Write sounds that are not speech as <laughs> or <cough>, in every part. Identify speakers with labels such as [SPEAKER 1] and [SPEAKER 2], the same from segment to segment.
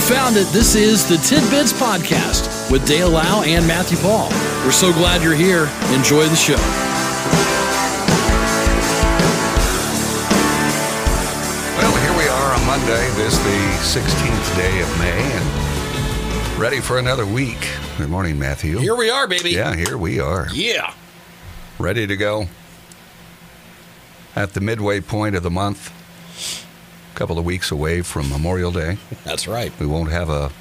[SPEAKER 1] found it. This is the Tidbits Podcast with Dale Lau and Matthew Paul. We're so glad you're here. Enjoy the show.
[SPEAKER 2] Well, here we are on Monday. This is the 16th day of May, and ready for another week. Good morning, Matthew.
[SPEAKER 3] Here we are, baby.
[SPEAKER 2] yeah, here we are.
[SPEAKER 3] Yeah.
[SPEAKER 2] Ready to go. At the midway point of the month, a couple of weeks away from Memorial Day.
[SPEAKER 3] That's right.
[SPEAKER 2] We won't have a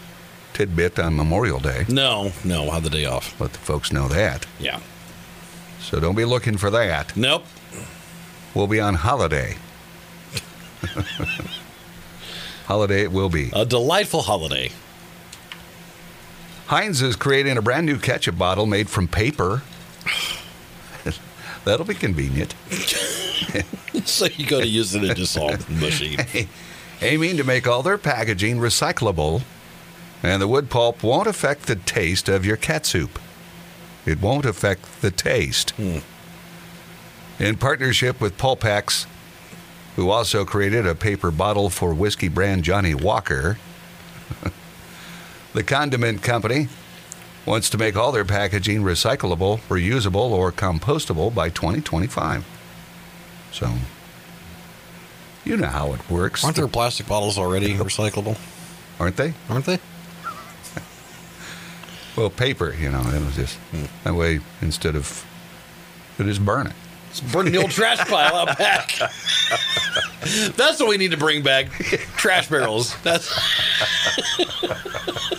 [SPEAKER 2] tidbit on Memorial Day.
[SPEAKER 3] No, no, I'll have the day off.
[SPEAKER 2] Let the folks know that.
[SPEAKER 3] Yeah.
[SPEAKER 2] So don't be looking for that.
[SPEAKER 3] Nope.
[SPEAKER 2] We'll be on holiday. <laughs> holiday it will be.
[SPEAKER 3] A delightful holiday. <laughs>
[SPEAKER 2] Heinz is creating a brand new ketchup bottle made from paper. <laughs> That'll be convenient.
[SPEAKER 3] so you go to use it and it's just all <laughs> mushy.
[SPEAKER 2] Aiming to make all their packaging recyclable, and the wood pulp won't affect the taste of your catsup. It won't affect the taste. In partnership with Pulpex, who also created a paper bottle for whiskey brand Johnny Walker, <laughs> the condiment company wants to make all their packaging recyclable, reusable, or compostable by 2025. So, you know how it works,
[SPEAKER 3] Aren't there plastic bottles already recyclable?
[SPEAKER 2] aren't they?
[SPEAKER 3] Aren't <laughs> they?
[SPEAKER 2] Well, paper, you know, it was just
[SPEAKER 3] Hmm.
[SPEAKER 2] that way. Instead of, they just burn it.
[SPEAKER 3] Let's burn the old trash pile out back. <laughs> That's what we need to bring back. Trash barrels. That's
[SPEAKER 2] <laughs>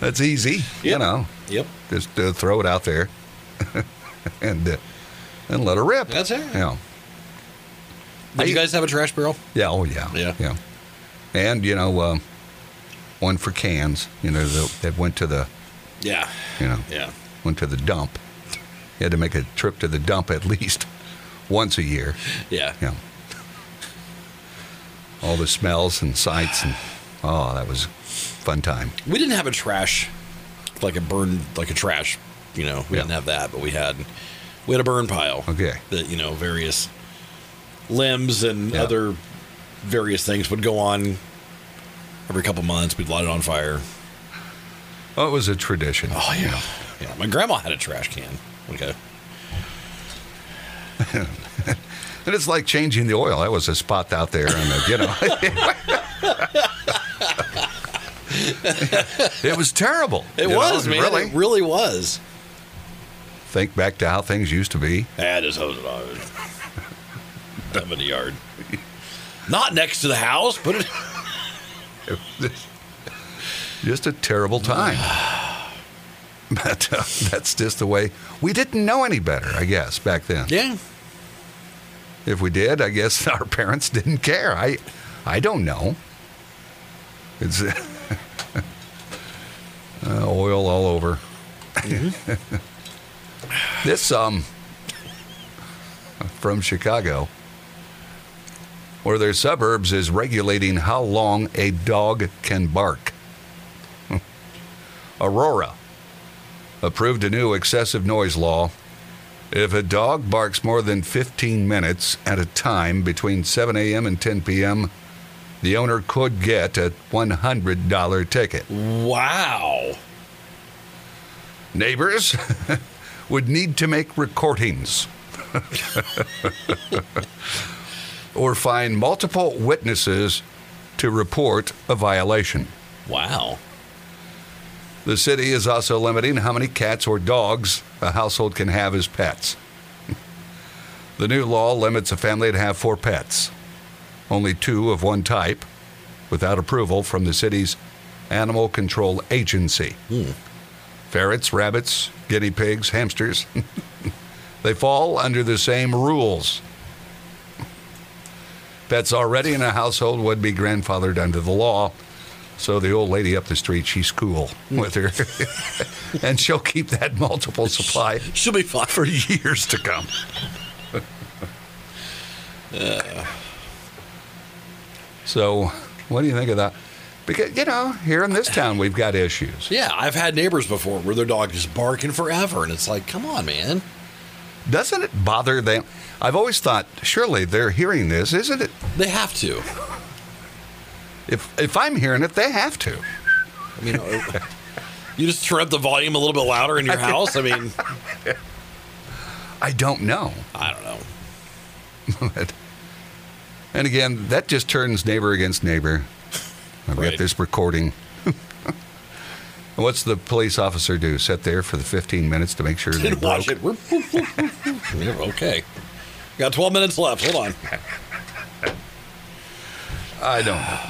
[SPEAKER 2] That's easy, you
[SPEAKER 3] Yep.
[SPEAKER 2] know.
[SPEAKER 3] Yep.
[SPEAKER 2] Just uh, throw it out there, <laughs> and uh, and let her rip.
[SPEAKER 3] That's it.
[SPEAKER 2] Yeah.
[SPEAKER 3] Did you guys have a trash barrel?
[SPEAKER 2] Yeah. Oh yeah.
[SPEAKER 3] Yeah.
[SPEAKER 2] Yeah. And you know, uh, one for cans. You know the, that went to the
[SPEAKER 3] Yeah.
[SPEAKER 2] you know
[SPEAKER 3] Yeah.
[SPEAKER 2] went to the dump. You had to make a trip to the dump at least <laughs> once a year.
[SPEAKER 3] Yeah.
[SPEAKER 2] Yeah. All the smells and sights and oh, that was a fun time.
[SPEAKER 3] We didn't have a trash like a burn like a trash, you know, we
[SPEAKER 2] Yeah.
[SPEAKER 3] didn't have that, but we had we had a burn pile.
[SPEAKER 2] Okay.
[SPEAKER 3] that you know various limbs and
[SPEAKER 2] Yeah.
[SPEAKER 3] other various things would go on every couple months we'd light it on fire
[SPEAKER 2] Oh, it was a tradition.
[SPEAKER 3] yeah yeah my grandma had a trash can okay
[SPEAKER 2] And it's like changing the oil. That was a spot out there and uh,
[SPEAKER 3] <laughs>
[SPEAKER 2] you know. <laughs> it was terrible.
[SPEAKER 3] it
[SPEAKER 2] you know,
[SPEAKER 3] was man
[SPEAKER 2] Really.
[SPEAKER 3] it really was
[SPEAKER 2] Think back to how things used to be.
[SPEAKER 3] I just hose it off up in the yard not next to the house but it
[SPEAKER 2] It was just- Just a
[SPEAKER 3] <sighs>
[SPEAKER 2] terrible time. But uh, that's just the way we didn't know any better, I guess, back then.
[SPEAKER 3] yeah
[SPEAKER 2] If we did, I guess <laughs> our parents didn't care. I, I don't know. It's <laughs> uh, oil all over. <laughs> this um from Chicago, where their suburbs is regulating how long a dog can bark. <laughs> Aurora approved a new excessive noise law if a dog barks more than 15 minutes at a time between 7 a.m. and 10 p.m., the owner could get a $100 ticket.
[SPEAKER 3] wow
[SPEAKER 2] Neighbors <laughs> would need to make recordings <laughs> or find multiple witnesses to report a violation.
[SPEAKER 3] wow
[SPEAKER 2] The city is also limiting how many cats or dogs a household can have as pets. The new law limits a family to have four pets, only two of one type, without approval from the city's animal control agency. Ferrets, rabbits, guinea pigs, hamsters, <laughs> they fall under the same rules. Pets already in a household would be grandfathered under the law. So the old lady up the street, she's cool with her, <laughs> and she'll keep that multiple supply
[SPEAKER 3] she'll be fine
[SPEAKER 2] for <laughs> years to come. So, what do you think of that? Because you know, here in this town, we've got issues.
[SPEAKER 3] yeah i've had neighbors before where their dog is barking forever and it's like come on man
[SPEAKER 2] Doesn't it bother them? I've always thought, surely they're hearing this, isn't it?
[SPEAKER 3] they have to
[SPEAKER 2] If if I'm hearing it, they have to.
[SPEAKER 3] I mean, uh, <laughs> you just turn up the volume a little bit louder in your house. I mean,
[SPEAKER 2] I don't know. <laughs>
[SPEAKER 3] I don't know.
[SPEAKER 2] But- and again, that just turns neighbor against neighbor. I've
[SPEAKER 3] Right.
[SPEAKER 2] got this recording. <laughs> And What's the police officer do? Sit there for the 15 minutes to <laughs> make sure they
[SPEAKER 3] Didn't watch
[SPEAKER 2] broke?
[SPEAKER 3] it. We're, we're okay. Got 12 minutes left. Hold on.
[SPEAKER 2] I don't know.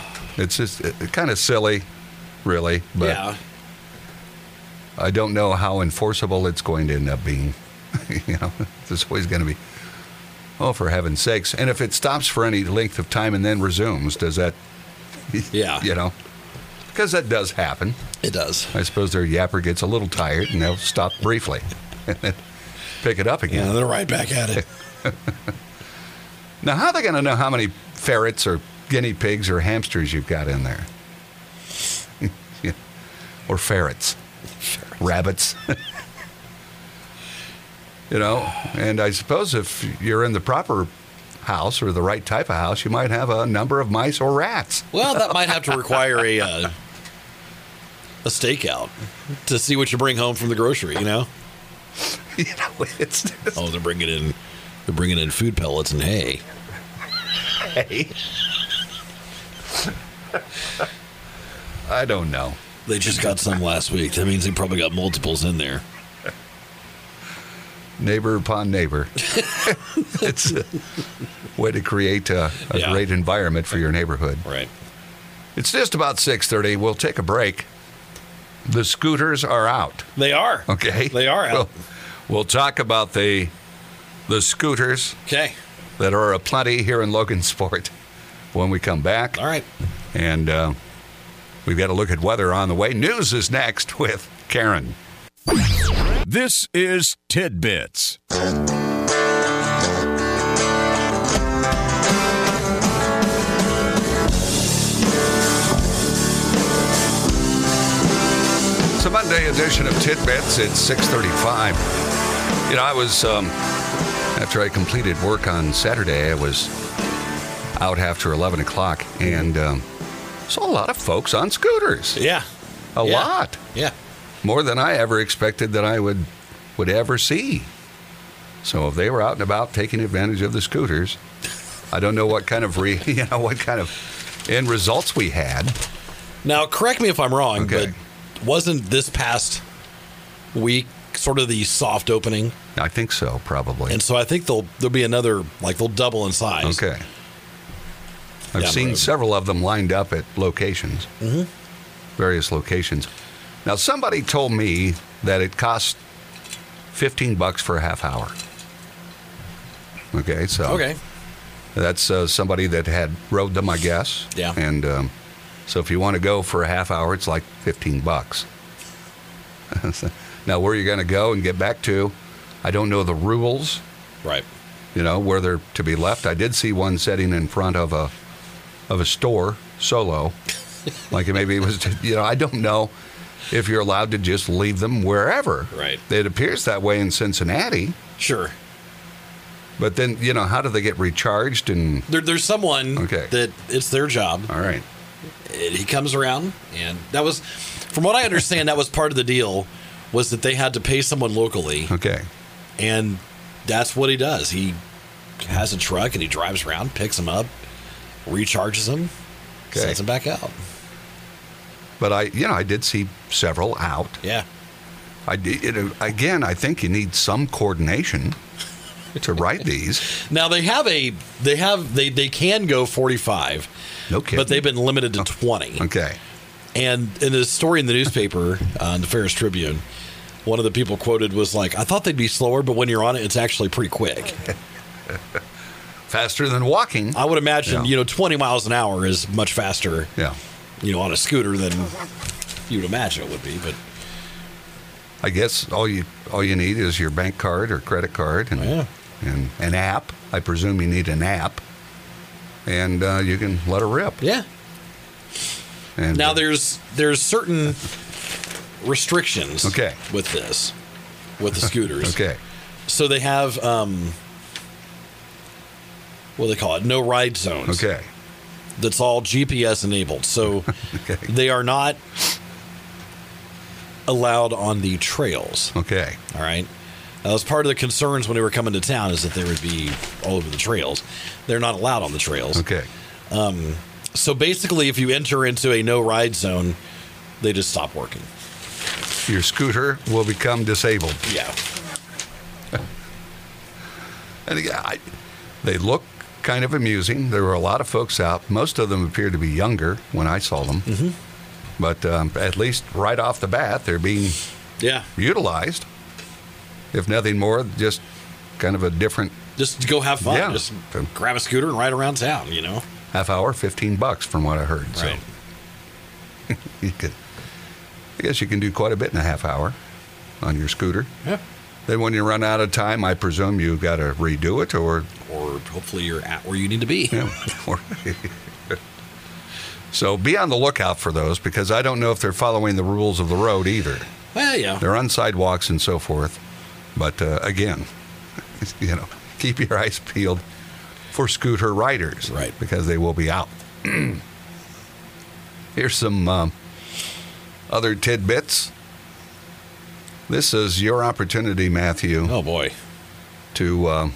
[SPEAKER 2] It's just uh, kind of silly, really. But
[SPEAKER 3] yeah.
[SPEAKER 2] I don't know how enforceable it's going to end up being. <laughs> you know, there's always going to be, oh, for heaven's sakes. And if it stops for any length of time and then resumes, does that,
[SPEAKER 3] Yeah.
[SPEAKER 2] you know, because that does happen.
[SPEAKER 3] It does.
[SPEAKER 2] I suppose their yapper gets a little tired and they'll stop briefly <laughs> and then pick it up again.
[SPEAKER 3] Yeah, they're right back at it.
[SPEAKER 2] Now, how are they going to know how many ferrets or guinea pigs or hamsters you've got in there? <laughs> Yeah. Or ferrets, rabbits. <laughs> you know, and I suppose if you're in the proper house or the right type of house, you might have a number of mice or rats. <laughs>
[SPEAKER 3] Well, that might have to require a uh, a stakeout to see what you bring home from the grocery. You know?
[SPEAKER 2] you know, it's just,
[SPEAKER 3] Oh, they're bringing in they're bringing in food pellets and hay.
[SPEAKER 2] hey. <laughs> I don't know.
[SPEAKER 3] They just got some last week. That means they probably got multiples in there.
[SPEAKER 2] neighbor
[SPEAKER 3] <laughs>
[SPEAKER 2] upon neighbor. it's a way to create a, a
[SPEAKER 3] Yeah.
[SPEAKER 2] great environment for your neighborhood.
[SPEAKER 3] Right.
[SPEAKER 2] It's just about 6:30. We'll take a break. The scooters are out.
[SPEAKER 3] They are.
[SPEAKER 2] Okay,
[SPEAKER 3] They are out.
[SPEAKER 2] We'll, we'll talk about the the scooters
[SPEAKER 3] Okay.
[SPEAKER 2] that are aplenty here in Logan Sport when we come back,
[SPEAKER 3] All right.
[SPEAKER 2] and uh, we've got to look at weather on the way. News is next with Karen.
[SPEAKER 4] This is Tidbits.
[SPEAKER 2] It's a Monday edition of Tidbits. It's 6:35. You know, I was um, after I completed work on Saturday. I was out after 11 o'clock and um, saw a lot of folks on scooters.
[SPEAKER 3] Yeah.
[SPEAKER 2] A
[SPEAKER 3] Yeah.
[SPEAKER 2] lot
[SPEAKER 3] Yeah.
[SPEAKER 2] more than I ever expected that I would would ever see. So if they were out and about taking advantage of the scooters, I don't know what kind of re, <laughs> you know what kind of end results we had.
[SPEAKER 3] Now, correct me if I'm wrong,
[SPEAKER 2] Okay.
[SPEAKER 3] but wasn't this past week sort of the soft opening?
[SPEAKER 2] I think so, probably.
[SPEAKER 3] And so I think they'll there'll be another like they'll double in size.
[SPEAKER 2] Okay. I've
[SPEAKER 3] the
[SPEAKER 2] seen
[SPEAKER 3] road.
[SPEAKER 2] several of them lined up at locations, mm-hmm. various locations. Now, somebody told me that it costs 15 bucks for a half hour. Okay, so
[SPEAKER 3] Okay.
[SPEAKER 2] that's uh, somebody that had rode them, I guess.
[SPEAKER 3] Yeah.
[SPEAKER 2] And um, so if you want to go for a half hour, it's like 15 bucks. <laughs> now, where you're going to go and get back to, I don't know the rules
[SPEAKER 3] Right.
[SPEAKER 2] you know, where they're to be left. I did see one sitting in front of a of a store
[SPEAKER 3] <laughs>
[SPEAKER 2] solo, like maybe it was. You know, I don't know if you're allowed to just leave them wherever.
[SPEAKER 3] Right.
[SPEAKER 2] It appears that way in Cincinnati,
[SPEAKER 3] Sure.
[SPEAKER 2] but then you know, how do they get recharged? And
[SPEAKER 3] There, there's someone
[SPEAKER 2] Okay.
[SPEAKER 3] that it's their job.
[SPEAKER 2] all right,
[SPEAKER 3] And he comes around, and that was, from what I understand, that was part of the deal, was that they had to pay someone locally,
[SPEAKER 2] okay,
[SPEAKER 3] and that's what he does. He has a truck and he drives around, picks them up, recharges them,
[SPEAKER 2] Okay.
[SPEAKER 3] sends them back out.
[SPEAKER 2] but I, you know, I did see several out.
[SPEAKER 3] Yeah.
[SPEAKER 2] I did, it, again, I think you need some coordination to ride these.
[SPEAKER 3] Now they have a they have they they can go 45,
[SPEAKER 2] No kidding.
[SPEAKER 3] but they've been limited to 20.
[SPEAKER 2] Oh. okay.
[SPEAKER 3] And in the story in the newspaper, uh, in the Ferris Tribune, one of the people quoted was like, "I thought they'd be slower, but when you're on it, it's actually pretty quick."
[SPEAKER 2] Faster than walking.
[SPEAKER 3] I would imagine,
[SPEAKER 2] Yeah.
[SPEAKER 3] you know, 20 miles an hour is much faster,
[SPEAKER 2] Yeah.
[SPEAKER 3] you know, on a scooter than you would imagine it would be. But
[SPEAKER 2] I guess all you all you need is your bank card or credit card and
[SPEAKER 3] Yeah.
[SPEAKER 2] and an app. I presume you need an app, and uh, you can let her rip.
[SPEAKER 3] yeah,
[SPEAKER 2] And
[SPEAKER 3] now
[SPEAKER 2] uh,
[SPEAKER 3] there's there's certain restrictions.
[SPEAKER 2] Okay.
[SPEAKER 3] With this, with the scooters.
[SPEAKER 2] <laughs> okay.
[SPEAKER 3] So they have um, what do they call it? No ride zones.
[SPEAKER 2] Okay.
[SPEAKER 3] that's all GPS enabled.
[SPEAKER 2] <laughs>
[SPEAKER 3] So they are not allowed on the trails.
[SPEAKER 2] Okay.
[SPEAKER 3] All right. That was part of the concerns when they were coming to town is that they would be all over the trails. They're not allowed on the trails.
[SPEAKER 2] Okay.
[SPEAKER 3] So basically, if you enter into a no ride zone, they just stop working.
[SPEAKER 2] Your scooter will become disabled.
[SPEAKER 3] Yeah.
[SPEAKER 2] And again, I, they look kind of amusing. There were a lot of folks out. Most of them appeared to be younger when I saw them. But um, at least right off the bat, they're being
[SPEAKER 3] Yeah.
[SPEAKER 2] utilized. If nothing more, just kind of a different
[SPEAKER 3] Just go have fun.
[SPEAKER 2] Yeah.
[SPEAKER 3] Just grab a scooter and ride around town, you know?
[SPEAKER 2] half hour, 15 bucks from what I heard.
[SPEAKER 3] Right.
[SPEAKER 2] So you could, I guess you can do quite a bit in a half hour on your scooter.
[SPEAKER 3] Yeah.
[SPEAKER 2] Then when you run out of time, I presume you've got to redo it or
[SPEAKER 3] Or hopefully you're at where you need to be.
[SPEAKER 2] Yeah. <laughs> so be on the lookout for those because I don't know if they're following the rules of the road either.
[SPEAKER 3] Well, yeah.
[SPEAKER 2] They're on sidewalks and so forth. But uh, again, <laughs> you know, keep your eyes peeled for scooter riders,
[SPEAKER 3] Right.
[SPEAKER 2] Because they will be out. <clears throat> Here's some um, other tidbits. This is your opportunity, Matthew
[SPEAKER 3] Oh, boy.
[SPEAKER 2] to uh,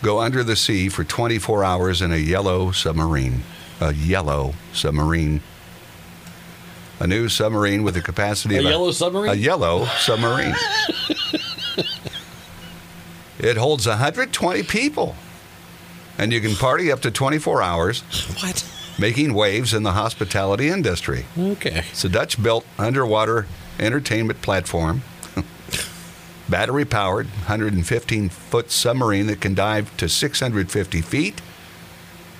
[SPEAKER 2] go under the sea for 24 hours in a yellow submarine. A yellow submarine. A new submarine with a capacity
[SPEAKER 3] A
[SPEAKER 2] of
[SPEAKER 3] yellow
[SPEAKER 2] a
[SPEAKER 3] submarine?
[SPEAKER 2] yellow submarine. it holds 120 people, and you can party up to 24 hours,
[SPEAKER 3] what?
[SPEAKER 2] making waves in the hospitality industry.
[SPEAKER 3] Okay.
[SPEAKER 2] It's a Dutch built underwater entertainment platform, <laughs> battery powered, 115 foot submarine that can dive to 650 feet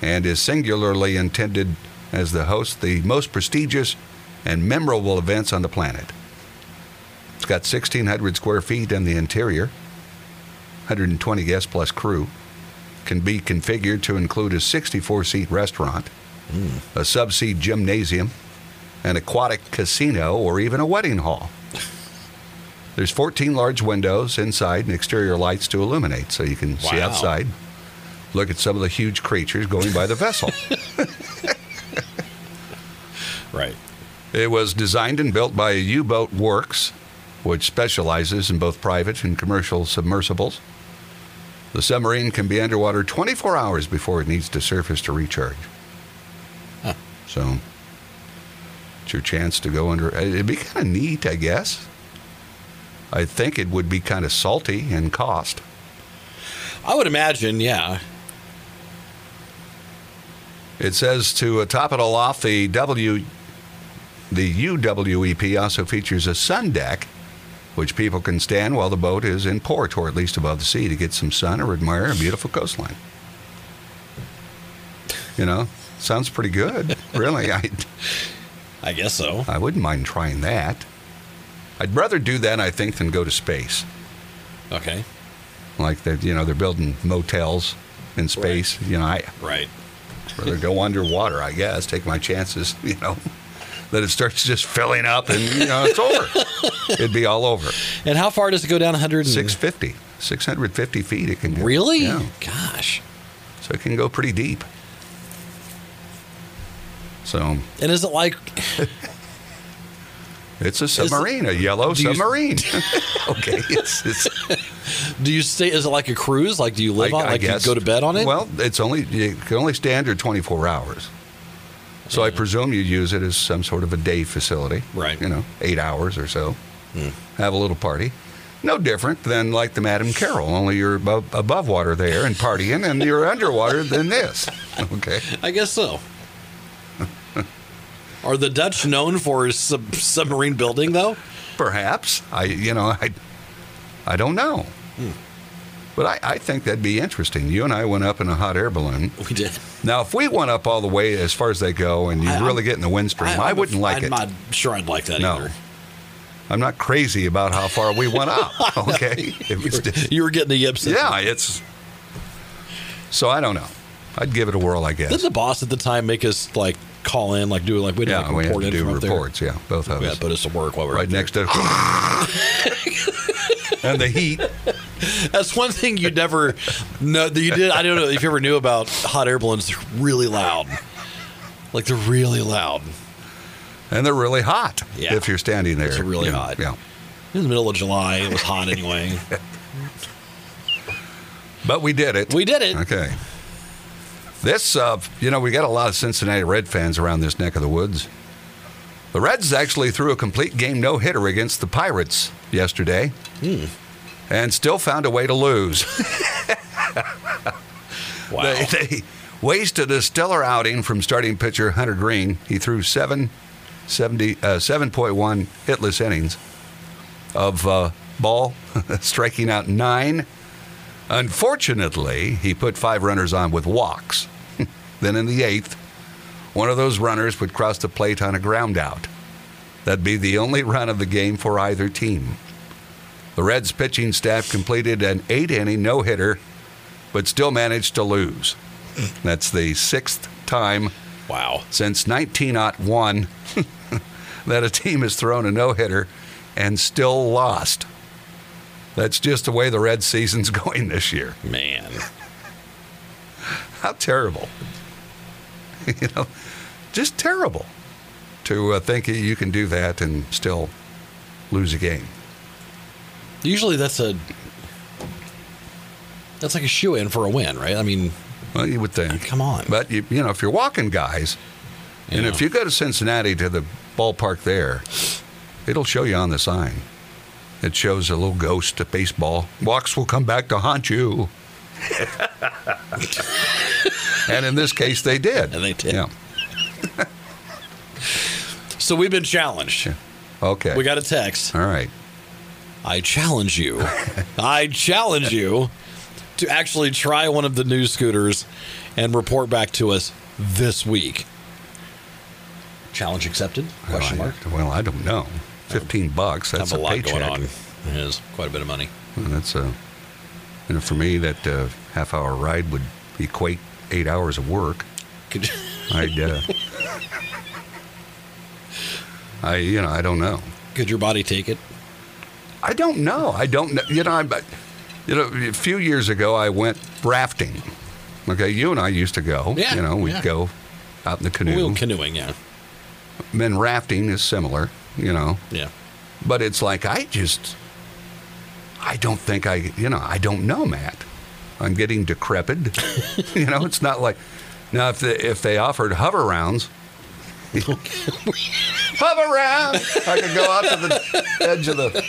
[SPEAKER 2] and is singularly intended as the host the most prestigious and memorable events on the planet. It's got 1,600 square feet in the interior, 120 guests plus crew. Can be configured to include a 64 seat restaurant, a subsea gymnasium, an aquatic casino, or even a wedding hall. There's 14 large windows inside and exterior lights to illuminate, so you can see
[SPEAKER 3] Wow.
[SPEAKER 2] outside. Look at some of the huge creatures going by the vessel.
[SPEAKER 3] Right.
[SPEAKER 2] It was designed and built by U Boat Works, which specializes in both private and commercial submersibles. The submarine can be underwater 24 hours before it needs to surface to recharge. So, it's your chance to go under. uh, It'd be kind of neat, I guess. I think it would be kind of salty in cost.
[SPEAKER 3] I would imagine, yeah.
[SPEAKER 2] It says to uh, top it all off, the W, the UWEP also features a sun deck, which people can stand while the boat is in port or at least above the sea to get some sun or admire a beautiful coastline. You know, sounds pretty good. Really, I,
[SPEAKER 3] I guess so.
[SPEAKER 2] I wouldn't mind trying that. I'd rather do that, I think, than go to space.
[SPEAKER 3] Okay.
[SPEAKER 2] Like that, you know, they're building motels in space. You know, I,
[SPEAKER 3] Right.
[SPEAKER 2] rather go underwater, I guess, take my chances, <laughs> you know, that it starts just filling up and, you know,
[SPEAKER 3] <laughs>
[SPEAKER 2] it's over. It'd be all over.
[SPEAKER 3] And how far does it go down 100?
[SPEAKER 2] 650, 650 feet it can go.
[SPEAKER 3] Really?
[SPEAKER 2] Yeah.
[SPEAKER 3] Gosh.
[SPEAKER 2] So it can go pretty deep. So
[SPEAKER 3] And is it like
[SPEAKER 2] it's a submarine, a yellow
[SPEAKER 3] Do you- <laughs>
[SPEAKER 2] submarine. <laughs> okay. It's, it's,
[SPEAKER 3] do you stay is it like a cruise? Like do you live on like you go to bed on it?
[SPEAKER 2] Well, it's only, you can only stay under 24 hours. So I presume you use it as some sort of a day facility.
[SPEAKER 3] Mm. Right. Hmm.
[SPEAKER 2] You know, eight hours or so. Have a little party. No different than like the Madam Carol, only you're above, above water there and partying, and you're underwater
[SPEAKER 3] <laughs>
[SPEAKER 2] than this. Okay.
[SPEAKER 3] I guess
[SPEAKER 2] <laughs>
[SPEAKER 3] so. Are the Dutch known for sub- submarine building though?
[SPEAKER 2] Perhaps. I, you know, I, I don't know.
[SPEAKER 3] Hmm.
[SPEAKER 2] But I, I think that'd be interesting. You and I went up in a hot air balloon.
[SPEAKER 3] We did.
[SPEAKER 2] Now, if we went up all the way as far as they go and you
[SPEAKER 3] I- I'm-
[SPEAKER 2] really get in the windstream, I,
[SPEAKER 3] I'm-
[SPEAKER 2] wouldn't like
[SPEAKER 3] I'm
[SPEAKER 2] it.
[SPEAKER 3] not sure I'd like that
[SPEAKER 2] No.
[SPEAKER 3] either. <laughs>
[SPEAKER 2] I'm not crazy about how far we
[SPEAKER 3] <laughs>
[SPEAKER 2] went up. Okay. It was just-
[SPEAKER 3] You were getting the yips.
[SPEAKER 2] yeah, it's. So I don't know. I'd give it a whirl, I
[SPEAKER 3] Did
[SPEAKER 2] guess.
[SPEAKER 3] the boss at the time make us like call in, like do like we did
[SPEAKER 2] Yeah,
[SPEAKER 3] like,
[SPEAKER 2] we had
[SPEAKER 3] report
[SPEAKER 2] to
[SPEAKER 3] in
[SPEAKER 2] do
[SPEAKER 3] from up there?
[SPEAKER 2] reports. Yeah, both of
[SPEAKER 3] Yeah,
[SPEAKER 2] us.
[SPEAKER 3] put us to work while we we're
[SPEAKER 2] right
[SPEAKER 3] up there.
[SPEAKER 2] next to. <laughs> and the heat.
[SPEAKER 3] <laughs> That's one <laughs> thing you never know that you did. I don't know if you ever knew about hot air balloons. They're really loud. Like they're really loud.
[SPEAKER 2] and they're really hot
[SPEAKER 3] Yeah.
[SPEAKER 2] if you're standing there.
[SPEAKER 3] It's really
[SPEAKER 2] Yeah,
[SPEAKER 3] hot.
[SPEAKER 2] Yeah.
[SPEAKER 3] It was the middle of July. It was hot
[SPEAKER 2] <laughs>
[SPEAKER 3] anyway.
[SPEAKER 2] But we did it.
[SPEAKER 3] we did it.
[SPEAKER 2] Okay. This, uh, you know, we got a lot of Cincinnati Red fans around this neck of the woods. The Reds actually threw a complete game no hitter against the Pirates yesterday and still found a way to lose. <laughs>
[SPEAKER 3] Wow.
[SPEAKER 2] They, <laughs> they wasted a stellar outing from starting pitcher Hunter Green. He threw seven, 70, uh, 7.1 hitless innings of uh, ball, <laughs> striking out nine. Unfortunately, he put five runners on with walks. <laughs> then in the eighth, one of those runners would cross the plate on a ground out. That'd be the only run of the game for either team. The Reds pitching staff completed an eight inning no hitter but still managed to lose. That's the sixth time
[SPEAKER 3] wow.
[SPEAKER 2] since 1901 <laughs> that a team has thrown a no hitter and still lost. That's just the way the Red season's <laughs> going this year.
[SPEAKER 3] Man.
[SPEAKER 2] How terrible. <laughs> you know, just terrible to uh, think you can do that and still lose a game.
[SPEAKER 3] Usually that's a that's like a shoe in for a win, right? I mean,
[SPEAKER 2] Well, you would think.
[SPEAKER 3] come on.
[SPEAKER 2] But, you, you know, if you're walking guys, And
[SPEAKER 3] Yeah.
[SPEAKER 2] if you go to Cincinnati to the ballpark there, it'll show you on the sign. It shows a little ghost of baseball. Walks will come back to
[SPEAKER 3] <laughs>
[SPEAKER 2] haunt you. and in this case, they did.
[SPEAKER 3] And they did.
[SPEAKER 2] Yeah.
[SPEAKER 3] so we've been challenged.
[SPEAKER 2] Okay.
[SPEAKER 3] We got a text.
[SPEAKER 2] All right.
[SPEAKER 3] I challenge you. I challenge you to actually try one of the new scooters and report back to us this week. Challenge accepted? Question
[SPEAKER 2] well,
[SPEAKER 3] mark.
[SPEAKER 2] I, well, I don't know. Fifteen bucks. Oh, That's
[SPEAKER 3] That's a, lot
[SPEAKER 2] paycheck.
[SPEAKER 3] going on. It is quite a bit of money.
[SPEAKER 2] And that's a. You know, for me, that uh, half-hour ride would equate eight hours of work.
[SPEAKER 3] Could you,
[SPEAKER 2] I. Uh, I. You know. I don't know.
[SPEAKER 3] could your body take it?
[SPEAKER 2] I don't know. I don't know. You know, I'm, you know, a few years ago I went rafting. Okay, you and I used to go.
[SPEAKER 3] Yeah,
[SPEAKER 2] You know, we'd
[SPEAKER 3] yeah.
[SPEAKER 2] go out in the canoe.
[SPEAKER 3] Wheel canoeing, yeah.
[SPEAKER 2] Men rafting is similar, you know,
[SPEAKER 3] Yeah.
[SPEAKER 2] but it's like I just, I don't think I, you know, I don't know, Matt. I'm getting
[SPEAKER 3] <laughs>
[SPEAKER 2] decrepit. you know, it's not like now if the, if they offered
[SPEAKER 3] <laughs>
[SPEAKER 2] hover rounds. hover round. I could go out to the edge of the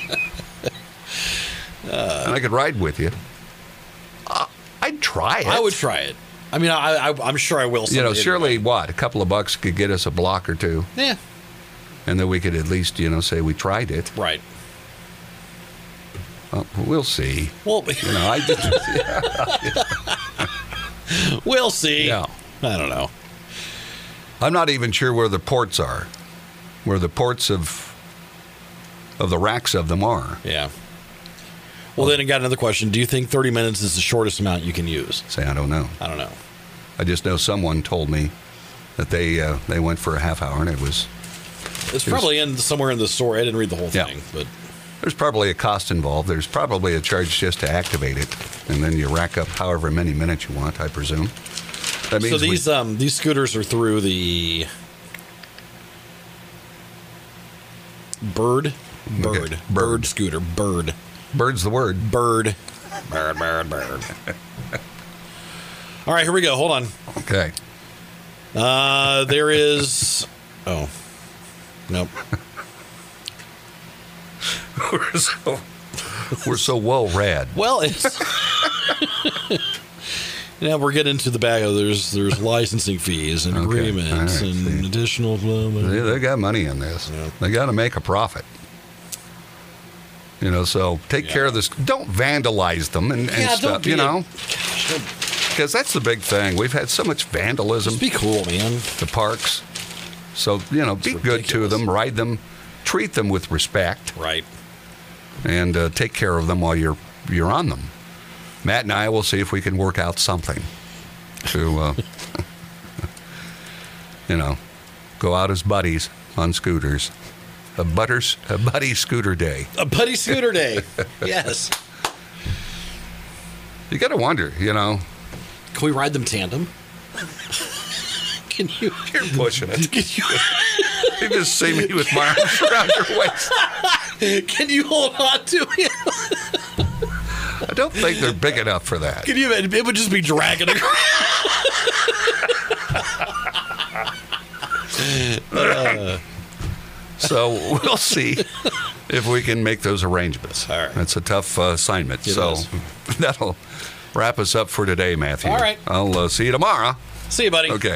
[SPEAKER 3] Uh.
[SPEAKER 2] and I could ride with you. I- I'd try it.
[SPEAKER 3] I would try it. I mean, I, I, I'm sure I will.
[SPEAKER 2] You know,
[SPEAKER 3] someday.
[SPEAKER 2] surely what? A couple of bucks could get us a block or two,
[SPEAKER 3] Yeah.
[SPEAKER 2] and then we could at least, you know, say we tried it.
[SPEAKER 3] Right.
[SPEAKER 2] Uh, we'll see.
[SPEAKER 3] Well, <laughs>
[SPEAKER 2] You know, I just,
[SPEAKER 3] we'll see.
[SPEAKER 2] Yeah.
[SPEAKER 3] I don't know.
[SPEAKER 2] I'm not even sure where the ports are, where the ports of of the racks of them are.
[SPEAKER 3] Yeah. Well, then I got another question. Do you think 30 minutes is the shortest amount you can use?
[SPEAKER 2] Say I don't know.
[SPEAKER 3] I don't know.
[SPEAKER 2] I just know someone told me that they uh, they went for a half hour, and it was
[SPEAKER 3] It's probably in somewhere in the story. I didn't read the whole
[SPEAKER 2] Yeah.
[SPEAKER 3] thing, but
[SPEAKER 2] There's probably a cost involved. There's probably a charge just to activate it, and then you rack up however many minutes you want, I presume. That means
[SPEAKER 3] so these
[SPEAKER 2] we,
[SPEAKER 3] um these scooters are through the bird bird
[SPEAKER 2] Okay,
[SPEAKER 3] bird,
[SPEAKER 2] Bird.
[SPEAKER 3] scooter bird
[SPEAKER 2] birds the word.
[SPEAKER 3] bird bird bird bird. All right, here we go. Hold on.
[SPEAKER 2] Okay,
[SPEAKER 3] Uh, there is. Oh, nope.
[SPEAKER 2] we're so we're so well read.
[SPEAKER 3] Well, it's. Now we're getting into the bag of there's there's licensing fees and
[SPEAKER 2] Okay,
[SPEAKER 3] agreements
[SPEAKER 2] all right,
[SPEAKER 3] and
[SPEAKER 2] see.
[SPEAKER 3] additional blah, blah,
[SPEAKER 2] They,
[SPEAKER 3] blah.
[SPEAKER 2] they got money in this.
[SPEAKER 3] Yeah.
[SPEAKER 2] They got to make a profit. You know, so take
[SPEAKER 3] Yeah.
[SPEAKER 2] care of this. Don't vandalize them and, and
[SPEAKER 3] Yeah, don't
[SPEAKER 2] stuff.
[SPEAKER 3] be
[SPEAKER 2] You
[SPEAKER 3] a-
[SPEAKER 2] know, because that's the big thing. We've had so much
[SPEAKER 3] Just
[SPEAKER 2] vandalism.
[SPEAKER 3] be cool, man.
[SPEAKER 2] the parks. So, you know, be good to
[SPEAKER 3] ridiculous.
[SPEAKER 2] them, ride them, treat them with respect,
[SPEAKER 3] Right.
[SPEAKER 2] and uh, take care of them while you're you're on them. Matt and I will see if we can work out something to, uh, <laughs> you know, go out as buddies on scooters. A butters a buddy scooter day.
[SPEAKER 3] A buddy scooter
[SPEAKER 2] <laughs>
[SPEAKER 3] day. yes.
[SPEAKER 2] You got to wonder, you know,
[SPEAKER 3] Can we ride them tandem?
[SPEAKER 5] Can you?
[SPEAKER 2] You're pushing it.
[SPEAKER 5] Can you,
[SPEAKER 2] <laughs> You just see me with my arms <laughs> around your waist.
[SPEAKER 5] can you hold on to it?
[SPEAKER 2] I don't think they're big enough for that.
[SPEAKER 5] Can you? It would just be dragging across.
[SPEAKER 2] So we'll see if we can make those arrangements.
[SPEAKER 5] All right.
[SPEAKER 2] That's a tough uh, assignment.
[SPEAKER 5] It
[SPEAKER 2] so
[SPEAKER 5] is.
[SPEAKER 2] <laughs> that'll wrap us up for today, Matthew.
[SPEAKER 5] All right.
[SPEAKER 2] I'll uh, see you tomorrow.
[SPEAKER 5] See you, buddy.
[SPEAKER 2] Okay.